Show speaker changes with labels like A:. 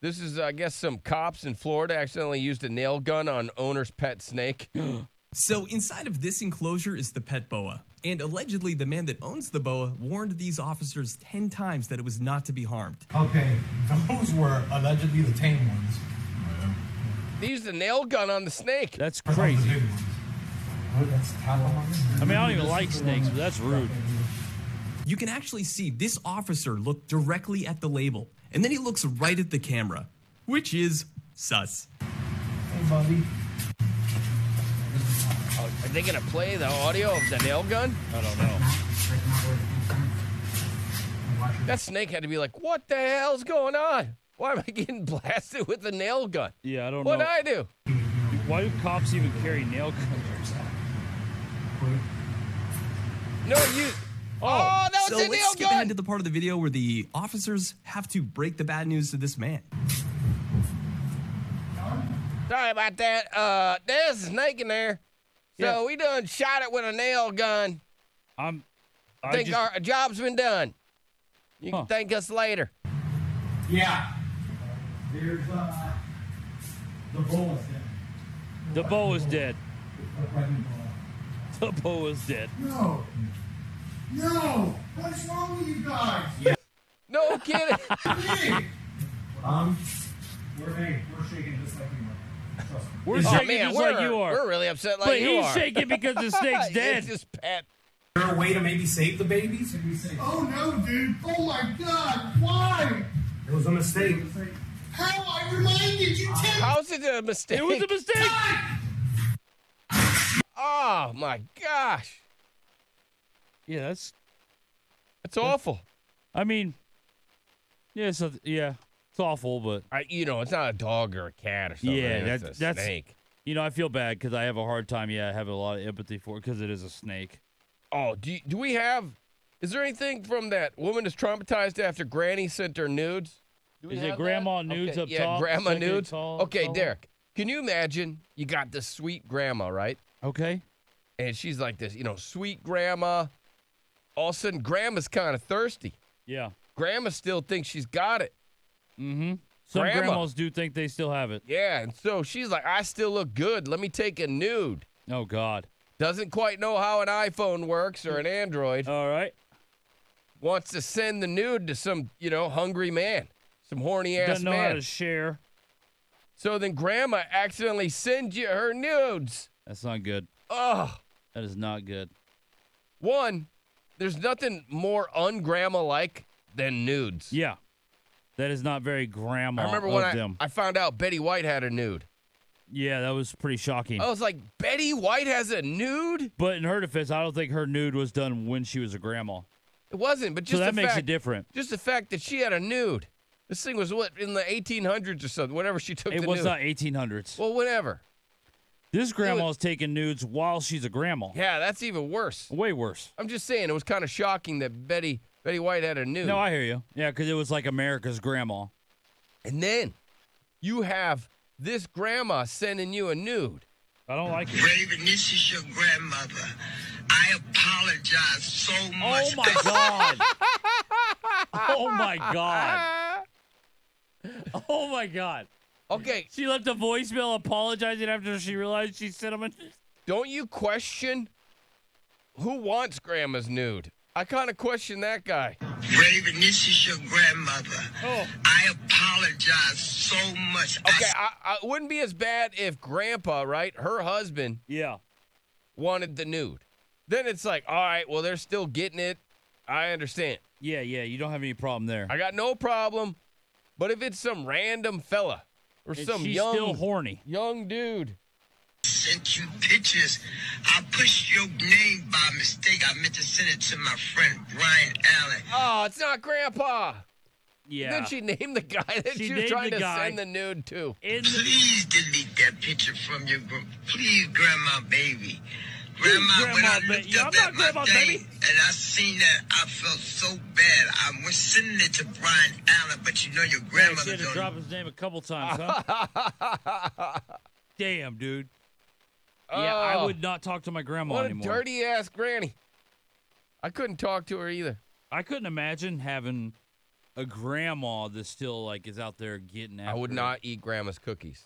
A: This is, I guess, some cops in Florida accidentally used a nail gun on owner's pet snake.
B: So, inside of this enclosure is the pet boa. And allegedly, the man that owns the boa warned these officers 10 times that it was not to be harmed.
C: Okay, those were allegedly the tame ones.
A: they used a nail gun on the snake.
D: That's
C: Those aren't the
D: crazy.
C: big ones. Look, Oh, that's Talahawk.
D: I mean, I don't even like snakes, but that's rude.
B: You can actually see this officer look directly at the label, and then he looks right at the camera, which is sus.
C: Hey, buddy.
A: Oh, are they going to play the audio of the nail gun?
D: I don't know.
A: That snake had to be like, what the hell's going on? Why am I getting blasted with a nail gun?
D: Yeah, I don't
A: What'd
D: know.
A: I do?
D: Why do cops even carry nail guns?
A: No, you. Oh, that was
B: so
A: a
B: let's
A: nail
B: skip
A: gun.
B: ahead to the part of the video where the officers have to break the bad news to this man.
A: Sorry about that. Uh, there's a snake in there. So
D: Yeah.
A: we done shot it with a nail gun.
D: I'm. I
A: Think
D: just,
A: our job's been done. You
D: Huh.
A: can thank us later.
C: Yeah. There's uh, the bull is dead.
D: the bow is dead.
C: The pregnant bull.
D: The bow is dead.
C: No. No. What's wrong with you guys?
A: No kidding.
C: Um, we're hey, we're shaking just like you were. Trust me.
D: We're
A: oh
D: shaking
A: man,
D: just
A: we're,
D: like you are.
A: we're really upset like
D: but
A: you
D: he's
A: are.
D: shaking because the
A: It's
D: snake's dead.
A: just pet.
C: Is there a way to maybe save the babies?
E: Oh no, dude. Oh my god. Why?
C: It was a mistake.
E: How I reminded you ten
A: How's it a mistake?
D: it was a mistake.
A: oh my gosh,
D: Yeah, that's.
A: that's awful.
D: I mean, yeah, so yeah, it's awful, but
A: I, you know, it's not a dog or a cat or something.
D: Yeah,
A: it's
D: that's-
A: a
D: that's-
A: snake.
D: you know, I feel bad because I have a hard time. Yeah, I have a lot of empathy for it because it is a snake.
A: Oh, do you, do we have? Is there anything from that woman is traumatized after Granny sent her nudes? Do we
D: Is
A: have
D: it
A: that?
D: grandma nudes
A: Okay,
D: up
A: yeah,
D: top?
A: grandma
D: second
A: nudes.
D: tall-
A: okay,
D: tall?
A: Derek, can you imagine? You got this sweet grandma, right?
D: Okay.
A: And she's like this, you know, sweet grandma. All of a sudden, grandma's kind of thirsty.
D: Yeah.
A: Grandma still thinks she's got it.
D: Some
A: Grandma.
D: grandmas do think they still have it.
A: Yeah, and so she's like, I still look good. Let me take a nude.
D: Oh God.
A: Doesn't quite know how an iPhone works or an Android.
D: All right.
A: Wants to send the nude to some, you know, hungry man, some horny ass
D: Doesn't know how
A: man.
D: to share.
A: so then grandma accidentally sends you her nudes.
D: That's not good.
A: Ugh.
D: That is not good.
A: One, there's nothing more ungrandma like than nudes.
D: Yeah. That is not very grandma
A: I remember
D: of
A: when I,
D: them.
A: I found out Betty White had a nude.
D: yeah, that was pretty shocking.
A: I was like, Betty White has a nude?
D: But in her defense, I don't think her nude was done when she was a grandma.
A: It wasn't, but just
D: So that
A: the
D: makes
A: fact,
D: it different.
A: Just the fact that she had a nude. This thing was what in the 1800s or something. Whatever she took
D: It
A: the
D: was
A: nude.
D: not 1800s.
A: well, whatever.
D: this grandma's taking nudes while she's a grandma.
A: Yeah, that's even worse.
D: Way worse.
A: I'm just saying it was kind of shocking that Betty Betty White had a nude.
D: No, I hear you. Yeah, because it was like America's grandma.
A: and then you have this grandma sending you a nude.
D: I don't like it.
F: Raven, this is your grandmother. I apologize so
D: Oh
F: much.
D: my god. Oh my god. Oh my god.
A: Okay,
D: She left a voicemail apologizing after she realized she sent him a.
A: don't you question who wants grandma's nude? I kind of question that guy.
F: Raven, this is your grandmother.
D: Oh.
F: I apologize so much. I
A: Okay, I, I it wouldn't be as bad if grandpa, right, her husband
D: Yeah.
A: wanted the nude. Then it's like, all right, well, they're still getting it. I understand.
D: Yeah, yeah. You don't have any problem there.
A: I got no problem. But if it's some random fella or
D: And
A: some
D: she's
A: young
D: still horny.
A: young dude,
F: sent you pictures. I pushed your name by mistake. I meant to send it to my friend Brian Allen.
A: oh, it's not grandpa.
D: Yeah.
A: Then she named the guy that
D: She
A: she, was
D: named
A: trying
D: the
A: to
D: guy.
A: send the nude to.
D: in the-
F: Please delete that picture from your group. Please, Grandma Baby. Grandma, when
D: Grandma
F: I
D: Ba-
F: looked
D: Yeah,
F: up
D: I'm not
F: at my
D: Grandma
F: thing
D: Baby.
F: and I seen that, I felt so bad. I was sending it to Brian Allen, but you know
D: Yeah,
F: your
D: she
F: grandmother
D: had to
F: don't
D: drop his name a couple times, huh? Damn, dude. Yeah, I
A: Oh,
D: would not talk to my grandma
A: What a
D: anymore.
A: dirty ass granny. I couldn't talk to her either.
D: I couldn't imagine having a grandma that still like is out there getting. After
A: I would not eat grandma's cookies.